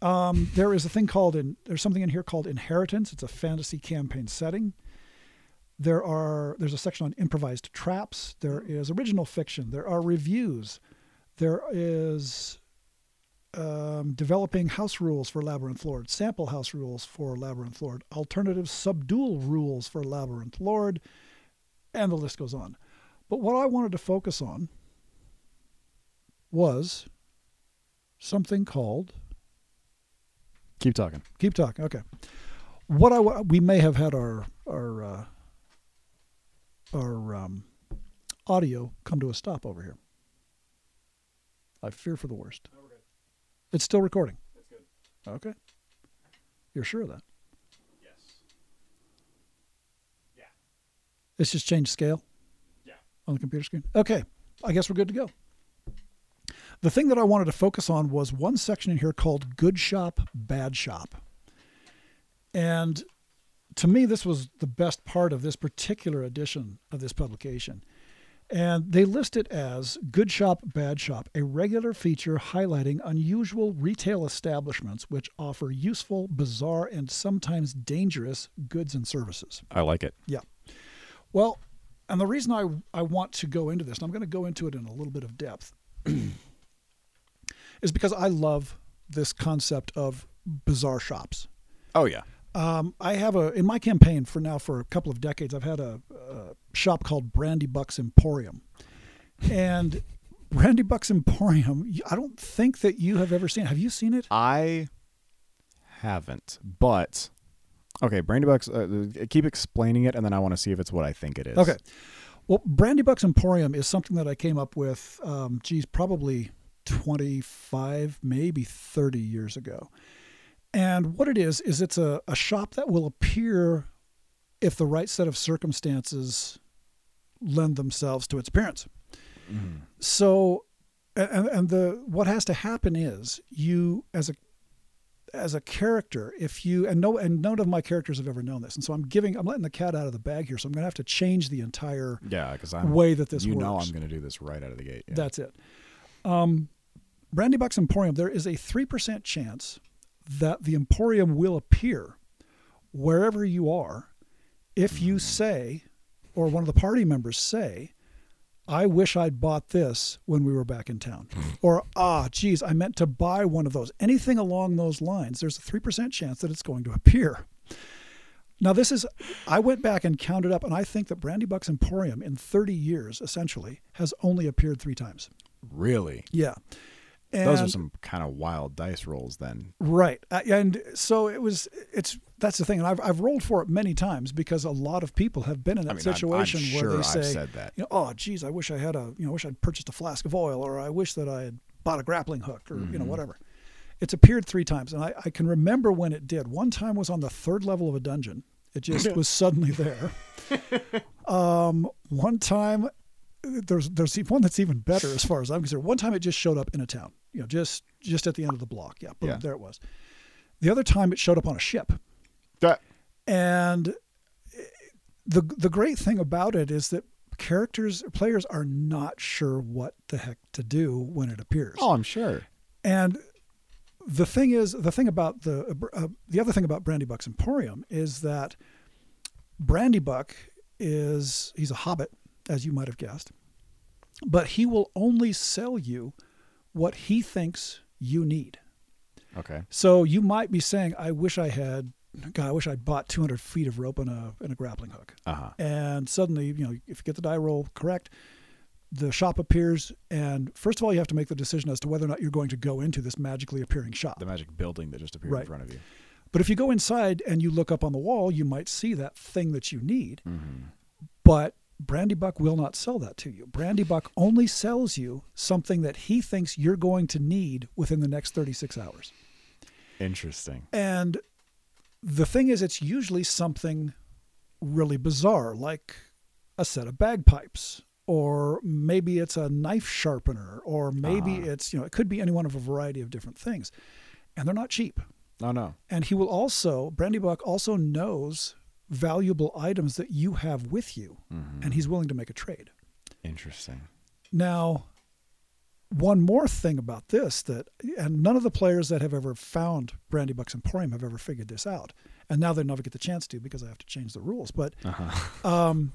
Um, there is a thing called in there's something in here called inheritance. It's a fantasy campaign setting. There are there's a section on improvised traps. There is original fiction. There are reviews. There is um, developing house rules for Labyrinth Lord, sample house rules for Labyrinth Lord, alternative subdual rules for Labyrinth Lord, and the list goes on. But what I wanted to focus on was something called Keep talking. keep talking. Okay. What I wa- we may have had our our uh, our um, audio come to a stop over here. I fear for the worst. It's still recording. That's good. Okay. You're sure of that? Yes. It's just changed scale? Yeah. On the computer screen? Okay. I guess we're good to go. The thing that I wanted to focus on was one section in here called Good Shop, Bad Shop. And to me, this was the best part of this particular edition of this publication. And they list it as Good Shop, Bad Shop, a regular feature highlighting unusual retail establishments which offer useful, bizarre, and sometimes dangerous goods and services. I like it. Yeah. Well, and the reason I, I want to go into this, and I'm going to go into it in a little bit of depth, is because I love this concept of bizarre shops. Oh yeah. Um, I have a in my campaign for now for a couple of decades. I've had a, a shop called Brandy Bucks Emporium, and Brandy Bucks Emporium. you- I don't think that you have ever seen. Have you seen it? I haven't, but okay. Brandy Bucks. Uh, keep explaining it, and then I want to see if it's what I think it is. Okay. Well, Brandy Bucks Emporium is something that I came up with, um, geez, probably 25, maybe 30 years ago. And what it is, is it's a, a shop that will appear if the right set of circumstances lend themselves to its appearance. So, a- and, and the what has to happen is you as a as a character, if you and no and none of my characters have ever known this, and so I'm giving I'm letting the cat out of the bag here, so I'm going to have to change the entire Yeah, because I'm way that this you works. know I'm going to do this right out of the gate. Yeah. That's it. Um, Brandy Bucks Emporium, there is a 3% chance that the Emporium will appear wherever you are if you say, or one of the party members say, I wish I'd bought this when we were back in town. Or, ah, geez, I meant to buy one of those. Anything along those lines, there's a 3% chance that it's going to appear. Now, this is, I went back and counted up, and I think that Brandy Bucks Emporium in 30 years, essentially, has only appeared three times. really. Yeah. And, Those are some kind of wild dice rolls. Then Right. Uh, And so it was, it's, that's the thing. And I've, I've rolled for it many times because a lot of people have been in that I mean, I'm- I'm situation where sure they I've say, said that. you know, oh, geez, I wish I had a, you know, I wish I'd purchased a flask of oil or I wish that I had bought a grappling hook or, Mm-hmm. you know, whatever. It's appeared three times. And I, I can remember when it did. One time was on the third level of a dungeon, it just was suddenly there. Um, one time, there's there's e, one that's even better as far as I'm concerned. One time it just showed up in a town, you know, just just at the end of the block. Yeah, boom, Yeah. there it was. The other time it showed up on a ship, that and eh, the the great thing about it is that characters players are not sure what the heck to do when it appears. oh, I'm sure. And the thing is, the thing about the uh, the other thing about Brandy Buck's Emporium is that Brandy Buck is he's a hobbit, as you might have guessed, but he will only sell you what he thinks you need. Okay. So you might be saying, "I wish I had, God, I wish I bought 200 feet of rope and a and a grappling hook." Uh huh. and suddenly you know if you get the die roll correct the shop appears and first of all you have to make the decision as to whether or not you're going to go into this magically appearing shop The magic building that just appeared in Right. front of you. but if you go inside and you look up on the wall you might see that thing that you need Mm-hmm. but brandy buck will not sell that to you brandy buck only sells you something that he thinks you're going to need within the next 36 hours Interesting. And the thing is, it's usually something really bizarre, like a set of bagpipes, or maybe it's a knife sharpener, or maybe Ah. it's, you know, it could be any one of a variety of different things. And they're not cheap. No, no. And he will also, Brandy Buck also knows valuable items that you have with you, Mhm. and he's willing to make a trade. Interesting. Now, one more thing about this that, and none of the players that have ever found Brandy Bucks Emporium have ever figured this out. And now they never get the chance to because I have to change the rules. But Uh huh. um,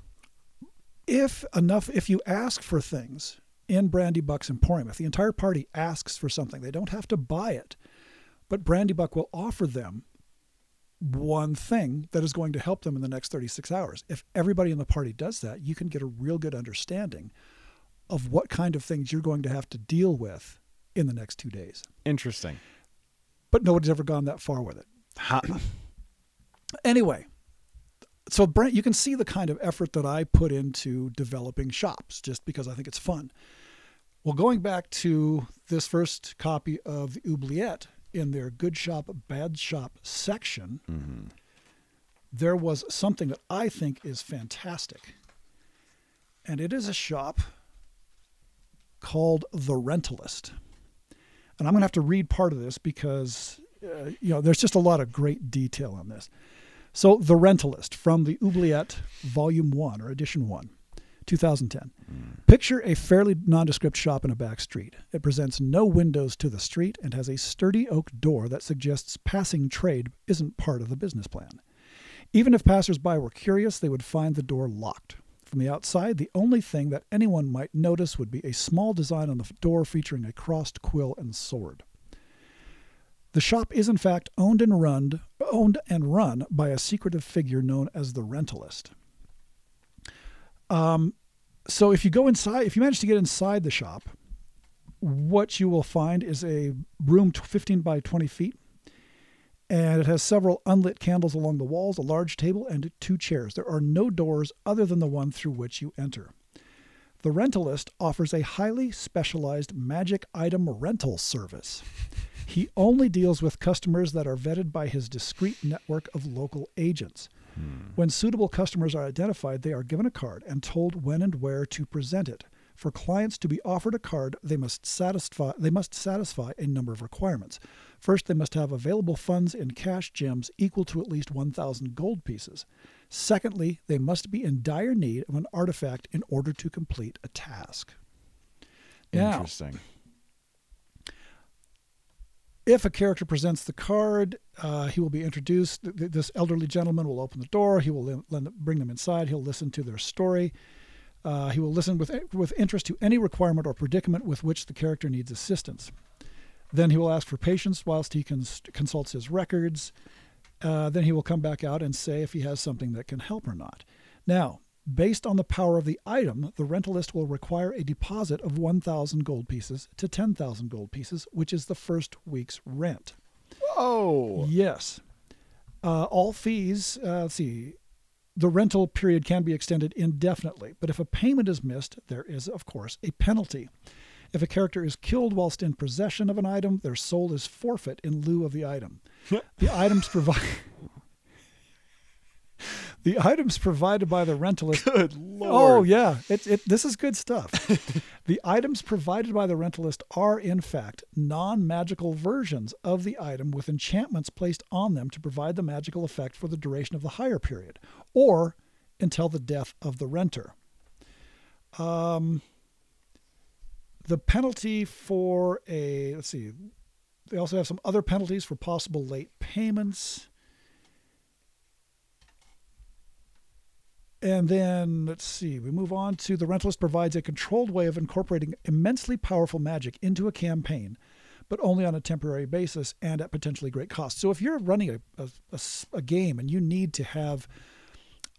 if enough, if you ask for things in Brandy Bucks Emporium, if the entire party asks for something, they don't have to buy it, but Brandy Buck will offer them one thing that is going to help them in the next 36 hours. If everybody in the party does that, you can get a real good understanding of what kind of things you're going to have to deal with in the next two days. Interesting. But nobody's ever gone that far with it Ha- anyway so brent you can see the kind of effort that i put into developing shops just because i think it's fun well going back to this first copy of the oubliette in their good shop bad shop section Mhm. there was something that i think is fantastic and it is a shop called the rentalist and i'm going to have to read part of this because uh, you know there's just a lot of great detail on this so, The Rentalist from the Oubliette, Volume 1 or Edition 1. 2010. Picture a fairly nondescript shop in a back street. It presents no windows to the street and has a sturdy oak door that suggests passing trade isn't part of the business plan. Even if passersby were curious, they would find the door locked. From the outside, the only thing that anyone might notice would be a small design on the f- door featuring a crossed quill and sword. The shop is in fact owned and run owned and run by a secretive figure known as the rentalist. Um, so if you go inside, if you manage to get inside the shop, what you will find is a room t- 15 by 20 feet, and it has several unlit candles along the walls, a large table, and two chairs. There are no doors other than the one through which you enter. The rentalist offers a highly specialized magic item rental service. He only deals with customers that are vetted by his discreet network of local agents. When suitable customers are identified, they are given a card and told when and where to present it. For clients to be offered a card, they must satisfy they must satisfy a number of requirements. First, they must have available funds in cash gems equal to at least 1000 gold pieces. Secondly, they must be in dire need of an artifact in order to complete a task. Now, Interesting. if a character presents the card, uh, he will be introduced. Th- th- This elderly gentleman will open the door. He will lend, lend, bring them inside. He'll listen to their story. Uh, he will listen with with interest to any requirement or predicament with which the character needs assistance. Then he will ask for patience whilst he cons- consults his records. Uh, then he will come back out and say if he has something that can help or not. Now, based on the power of the item, the rentalist will require a deposit of 1,000 gold pieces to 10,000 gold pieces, which is the first week's rent. Oh, Yes. Uh, all fees, uh, let's see, the rental period can be extended indefinitely, but if a payment is missed, there is, of course, a penalty. If a character is killed whilst in possession of an item, their soul is forfeit in lieu of the item. the items provide. The items provided by the rentalist good Oh lord. yeah, it, it, this is good stuff. the items provided by the rentalist are in fact non-magical versions of the item with enchantments placed on them to provide the magical effect for the duration of the hire period, or until the death of the renter. Um, the penalty for a let's see, they also have some other penalties for possible late payments. And then let's see, we move on to the rentalist provides a controlled way of incorporating immensely powerful magic into a campaign, but only on a temporary basis and at potentially great cost. So if you're running a, a- a s- a game and you need to have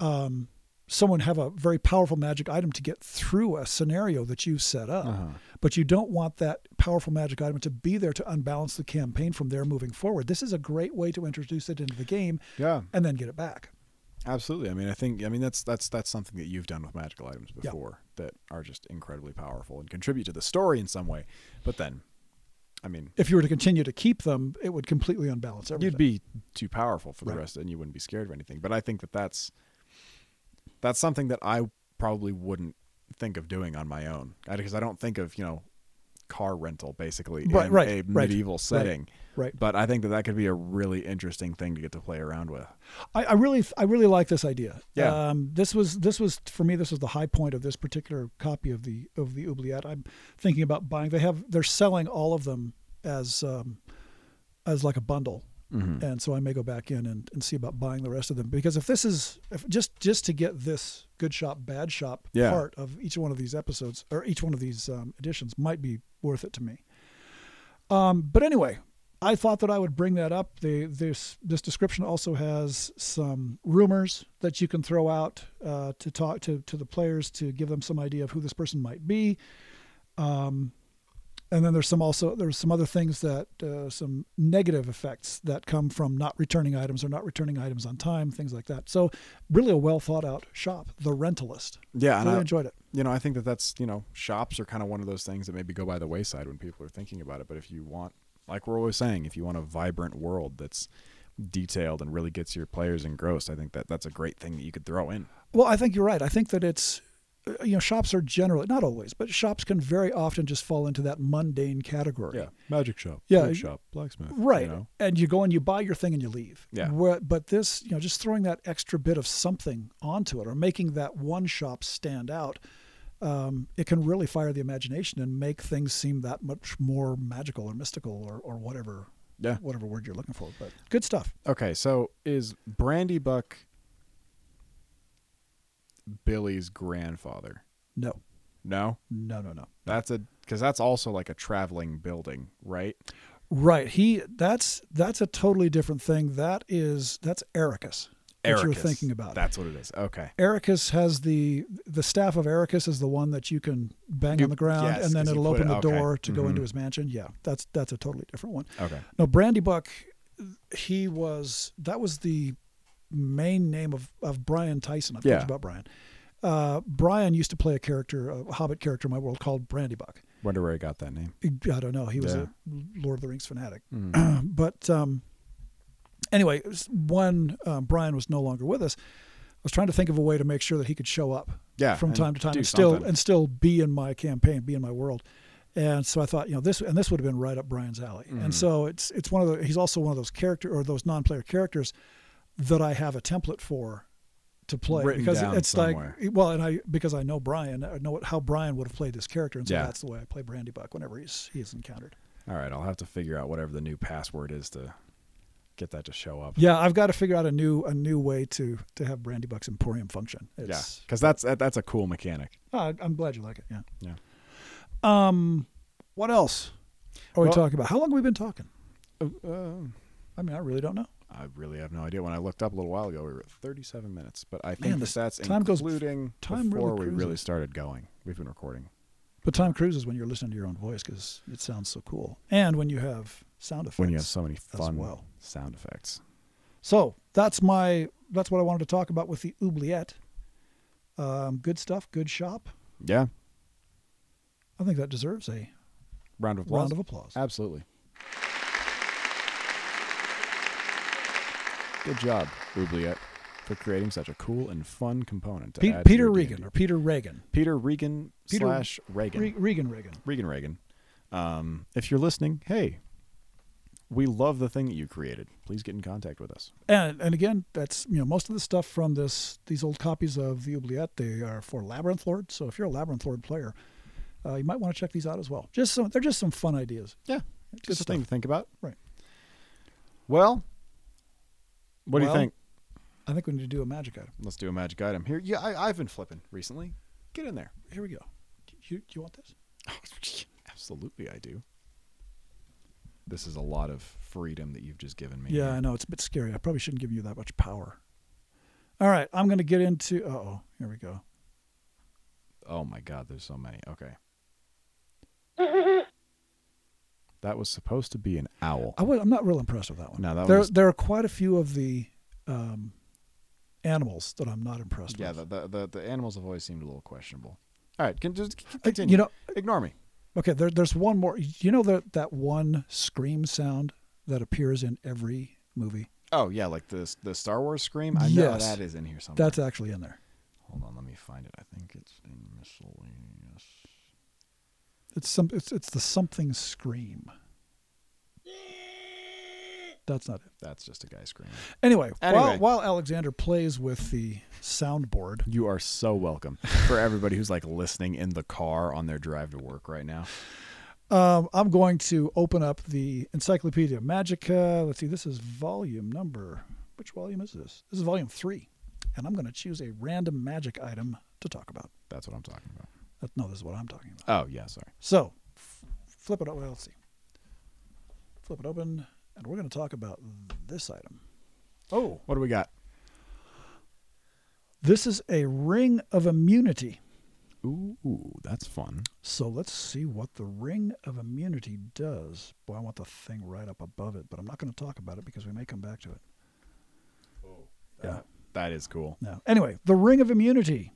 um, someone have a very powerful magic item to get through a scenario that you've set up, Uh-huh. but you don't want that powerful magic item to be there to unbalance the campaign from there moving forward, this is a great way to introduce it into the game Yeah, and then get it back. absolutely. I mean, I think I mean that's that's that's something that you've done with magical items Yeah. before that are just incredibly powerful and contribute to the story in some way. But then, I mean, if you were to continue to keep them, it would completely unbalance everything. you'd be too powerful for the Right. rest, and you wouldn't be scared of anything. But I think that that's that's something that I probably wouldn't think of doing on my own because I don't think of you know car rental basically Right, in right, a right, medieval setting. right. But I think that that could be a really interesting thing to get to play around with. I, I really, I really like this idea. Yeah. Um, this was, this was for me. This was the high point of this particular copy of the of the Oubliette. I'm thinking about buying. They have, they're selling all of them as um, as like a bundle, and so I may go back in and, and see about buying the rest of them because if this is if just just to get this good shop bad shop Yeah. part of each one of these episodes or each one of these um, editions might be worth it to me. Um, but anyway, I thought that I would bring that up. The, this this description also has some rumors that you can throw out uh, to talk to to the players to give them some idea of who this person might be. Um, and then there's some also there's some other things that uh, some negative effects that come from not returning items or not returning items on time, things like that. So really a well thought out shop, the rentalist. Yeah, and really I, enjoyed it. you know, I think that that's, you know, shops are kind of one of those things that maybe go by the wayside when people are thinking about it. But if you want, like we're always saying, if you want a vibrant world that's detailed and really gets your players engrossed, I think that that's a great thing that you could throw in. Well, I think you're right. I think that it's uh, you know, shops are generally not always, but shops can very often just fall into that mundane category. Yeah, e magic shop, Yeah. food shop, blacksmith. you Right. know? And you go and you buy your thing and you leave. Yeah. Where- but this, you know, just throwing that extra bit of something onto it or making that one shop stand out, um, it can really fire the imagination and make things seem that much more magical or mystical or, or whatever, Yeah. whatever word you're looking for. But good stuff. Okay, so is Brandy Buck Billy's grandfather? No, No, no, no, no. that's a because that's also like a traveling building, right? Right. He that's that's a totally different thing. That is that's Ericus. That you're Ericus. thinking about. That's what it is. Okay. Ericus has the the staff of Ericus is the one that you can bang You- on the ground yes, and then 'cause you it'll put open it- the okay. door to go into Mhm. his mansion. Yeah, that's that's a totally different one. Okay. No, Brandy Buck, he was that was the main name of of Brian Tyson. I've Yeah. talked about Brian. Uh, Brian used to play a character, a Hobbit character in my world called Brandy Buck. Wonder where he got that name. I don't know. He was Yeah. Hmm. a Lord of the Rings fanatic but um, anyway, it was when um, Brian was no longer with us, I was trying to think of a way to make sure that he could show up Yeah. from and time to time do and still something. and still be in my campaign, be in my world. And so I thought, you know, this and this would have been right up Brian's alley. Mhm. And so it's it's one of the he's also one of those character or those non-player characters that I have a template for to play Written because down it's somewhere. like well, and I because I know Brian, I know how Brian would have played this character, and so Yeah. that's the way I play Brandy Buck whenever he's he's encountered. All right, I'll have to figure out whatever the new password is to get that to show up. Yeah, I've got to figure out a new a new way to to have Brandy Buck's Emporium function. Yeah, It's, because that's that- that's a cool mechanic. Ah, I'm glad you like it. Yeah. Yeah. Um, what else are we Well- talking about? How long have we been talking? Oh, Um, I mean, I really don't know. I really have no idea. When I looked up a little while ago, we were at 37 minutes, but I think Man, the this stats time goes- including time really before we really cruises. started going. We've been recording. But time cruises when you're listening to your own voice because it sounds so cool, and when you have sound effects. When you have so many fun well. sound effects. so that's my that's what I wanted to talk about with the oubliette. Um, good stuff. Good shop. Yeah, I think that deserves a round of applause. round of applause. Absolutely. Good job, Oubliette, for creating such a cool and fun component. To Pe- add to Peter your Regan D&D. or Peter Reagan. Peter Regan Peter- slash Reagan. Re- Regan Reagan. Regan Reagan. Um, if you're listening, hey, we love the thing that you created. Please get in contact with us. And and again, that's you know most of the stuff from this these old copies of the Oubliette they are for Labyrinth Lord. So if you're a Labyrinth Lord player, uh, you might want to check these out as well. Just some they're just some fun ideas. Yeah, Good just a thing to think about. Right. Well, what do Well- you think? I think we need to do a magic item. Let's do a magic item here. Yeah, I, I've been flipping recently. Get in there. Here we go. Do you, do you want this? Absolutely, I do. This is a lot of freedom that you've just given me. Yeah, I know it's a bit scary. I probably shouldn't give you that much power. All right, I'm going to get into. uh Oh, here we go. Oh my God, there's so many. Okay. that was supposed to be an owl. I was, I'm not real impressed with that one. No, that there was- there are quite a few of the um, animals that I'm not impressed Yeah, with. the, the the the animals have always seemed a little questionable. All right, can just c- c- I- continue. you know, ignore me. Okay, there, there's one more. You know that that one scream sound that appears in every movie. Oh yeah, like the the Star Wars scream. I know Yes. that is in here somewhere. That's actually in there. Hold on, let me find it. I think it's in miscellaneous. It's some. It's it's the something scream. That's not it. That's just a guy screaming. Anyway, Anyway. While, while Alexander plays with the soundboard, You are so welcome for everybody who's like listening in the car on their drive to work right now. um, I'm going to open up the Encyclopedia Magica. Let's see. This is volume number. Which volume is this? This is volume three, and I'm going to choose a random magic item to talk about. That's what I'm talking about. That, no, this is what I'm talking about. Oh yeah, sorry. So, f- flip it. o- Well, let's see. Flip it open, and we're going to talk about this item. Oh, What do we got? this is a ring of immunity. Ooh, that's fun. So let's see what the ring of immunity does. Boy, I want the thing right up above it, but I'm not going to talk about it because we may come back to it. Yeah. That is cool. No. Anyway, the Ring of Immunity.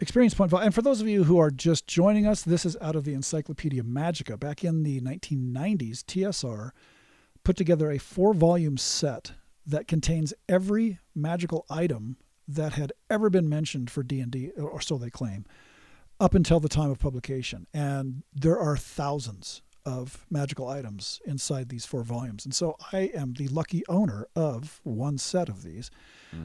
Experience point value. And for those of you who are just joining us, this is out of the Encyclopedia Magica. Back in the 1990s, TSR put together a four volume set that contains every magical item that had ever been mentioned for D&D or so they claim up until the time of publication and there are thousands of magical items inside these four volumes and so I am the lucky owner of one set of these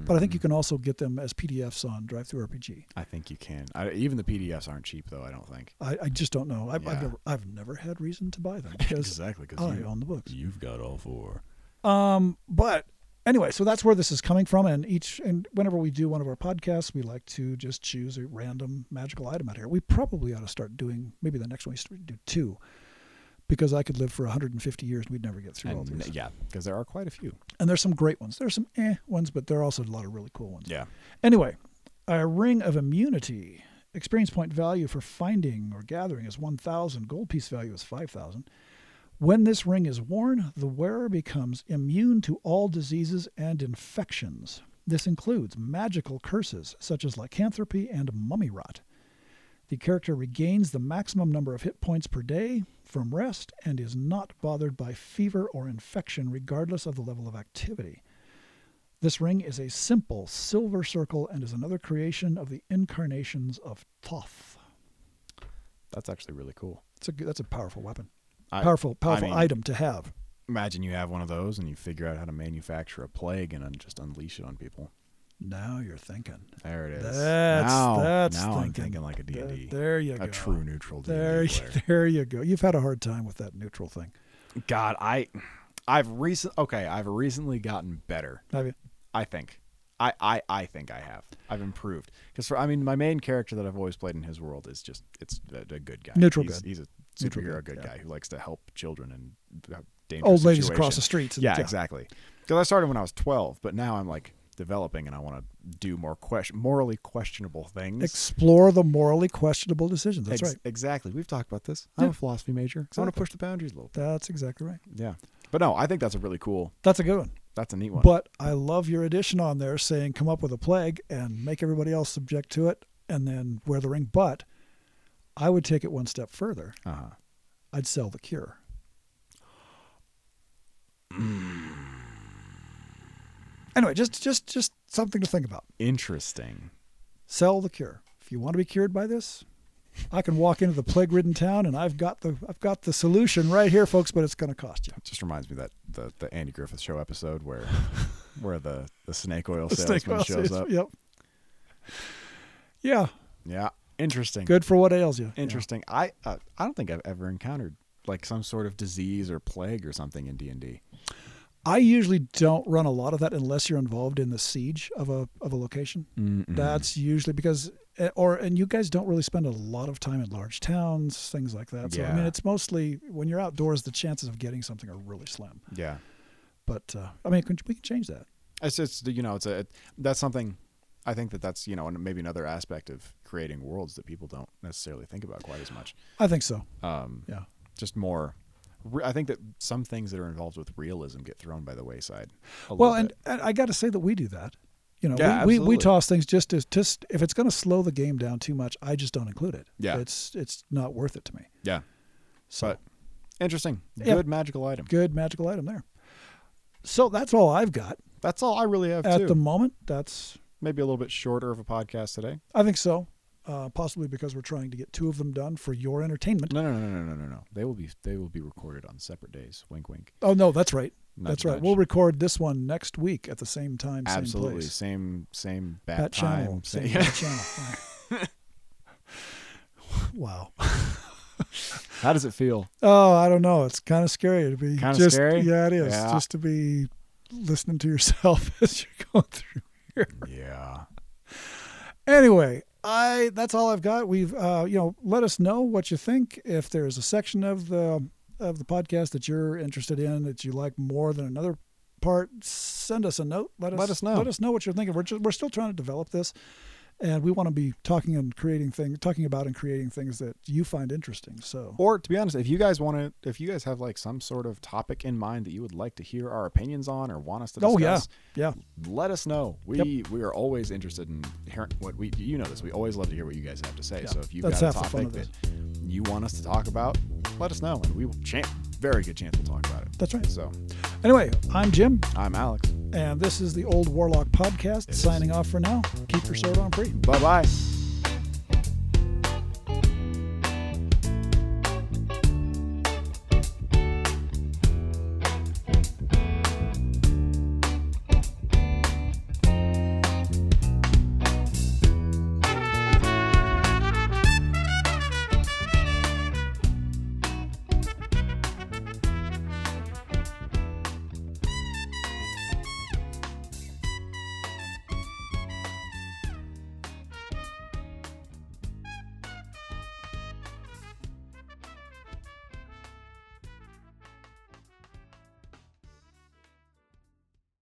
but I think you Mm-hmm. can also get them as PDFs on DriveThru RPG I think you can. I, even the PDFs aren't cheap, though. I don't think. I, I just don't know I've, Yeah. I've, never, I've never had reason to buy them because Exactly, because I you, own the books you've got all four. Um, but anyway, so that's where this is coming from. And each and whenever we do one of our podcasts, we like to just choose a random magical item out here. We probably ought to start doing maybe the next one we start do two, because I could live for 150 years and we'd never get through all And, these. yeah, because there are quite a few. And there's some great ones. There's some eh ones, but there are also a lot of really cool ones. Yeah. Anyway, a ring of immunity. Experience point value for finding or gathering is 1,000. Gold piece value is 5,000. When this ring is worn, the wearer becomes immune to all diseases and infections. This includes magical curses such as lycanthropy and mummy rot. The character regains the maximum number of hit points per day from rest and is not bothered by fever or infection, regardless of the level of activity. This ring is a simple silver circle and is another creation of the incarnations of Thoth. That's actually really cool. It's a good- that's a powerful weapon, I, powerful powerful mean- item to have. Imagine you have one of those and you figure out how to manufacture a plague and un- just unleash it on people. Now you're thinking. There it is. That's now, that's now thinking. I'm thinking like a D&D. There, there you go. a true neutral D&D There, you, player. there you go. You've had a hard time with that neutral thing, God, I I've recent okay, I've recently gotten better. have you? I think. I I, I think I have. I've improved. Cuz for I mean my main character that I've always played in his world is just it's a, a good guy. Neutral he's, good. He's a Neutral superhero good, good yeah. guy who likes to help children and uh, dangerous Old ladies situations. across the streets. and- Yeah, exactly. Cuz I started when I was 12, but now I'm like developing and I want to do more question morally questionable things. Explore the morally questionable decisions. That's Ex- right. Exactly. We've talked about this. Yeah. I'm a philosophy major. 'cause I want to Exactly. push the boundaries a little bit. That's exactly right. Yeah. But no, I think that's a really cool. That's a good one. That's a neat one. But I love your addition on there saying come up with a plague and make everybody else subject to it and then wear the ring. But I would take it one step further. uh-huh. I'd sell the cure. Hmm. Anyway, just just just something to think about. Interesting. Sell the cure. If you want to be cured by this, I can walk into the plague-ridden town and I've got the I've got the solution right here, folks. But it's going to cost you. It just reminds me that the, the Andy Griffith Show episode where where the, the snake oil The salesman snake oil shows salesman, up. Yep. Yeah, Yeah, interesting. good for what ails you. Yeah. Interesting. I uh, I don't think I've ever encountered like some sort of disease or plague or something in D and D. I usually don't run a lot of that unless you're involved in the siege of a of a location. That's usually because eh, or and you guys don't really spend a lot of time in large towns, things like that. So I mean, Yeah. it's mostly when you're outdoors, the chances of getting something are really slim. Yeah, But uh, I mean, can- we can change that. it's just you know it's a it, that's something. I think that that's you know and maybe another aspect of creating worlds that people don't necessarily think about quite as much. I think so. Um, Yeah. just more. Re- I think that some things that are involved with realism get thrown by the wayside. a Well, little and, bit. and I got to say that we do that. You know, Yeah, we, we, we absolutely. toss things just to just if it's going to slow the game down too much, I just don't include it. Yeah. it's it's not worth it to me. yeah, So. But- Interesting. Yeah. Good magical item. good magical item there. So that's all I've got That's all I really have at too. the moment. That's Maybe a little bit shorter of a podcast today. I think so. Uh, possibly because we're trying to get two of them done for your entertainment. No, no, no, no, no, no, no. They will be they will be recorded on separate days. Wink, wink. Oh no, that's right. Nudge, that's right. nudge. We'll record this one next week at the same time, same Absolutely. place. Same same bad That time. channel, Same, same yeah. bad channel. Right. wow. How does it feel? Oh, I don't know. It's kind of scary to be Kinda just scary? yeah, it is. Yeah. Just to be listening to yourself as you're going through. yeah. anyway i that's all i've got we've uh, you know let us know what you think if there's a section of the of the podcast that you're interested in that you like more than another part send us a note let us, Let us know. let us know what you're thinking we're, just, we're still trying to develop this and we want to be talking and creating things talking about and creating things that you find interesting so Or to be honest, if you guys want to if you guys have like some sort of topic in mind that you would like to hear our opinions on or want us to discuss, oh yeah yeah let us know. We we are always interested in hearing what we you know this. We always love to hear what you guys have to say. Yeah, so if you've that's got a half the fun topic of that you want us to talk about, let us know and we will chance very good chance we'll talk about it. that's right So anyway i'm jim I'm Alex. And this is the Old Warlock Podcast signing off for now. Keep your sword on free. Bye bye.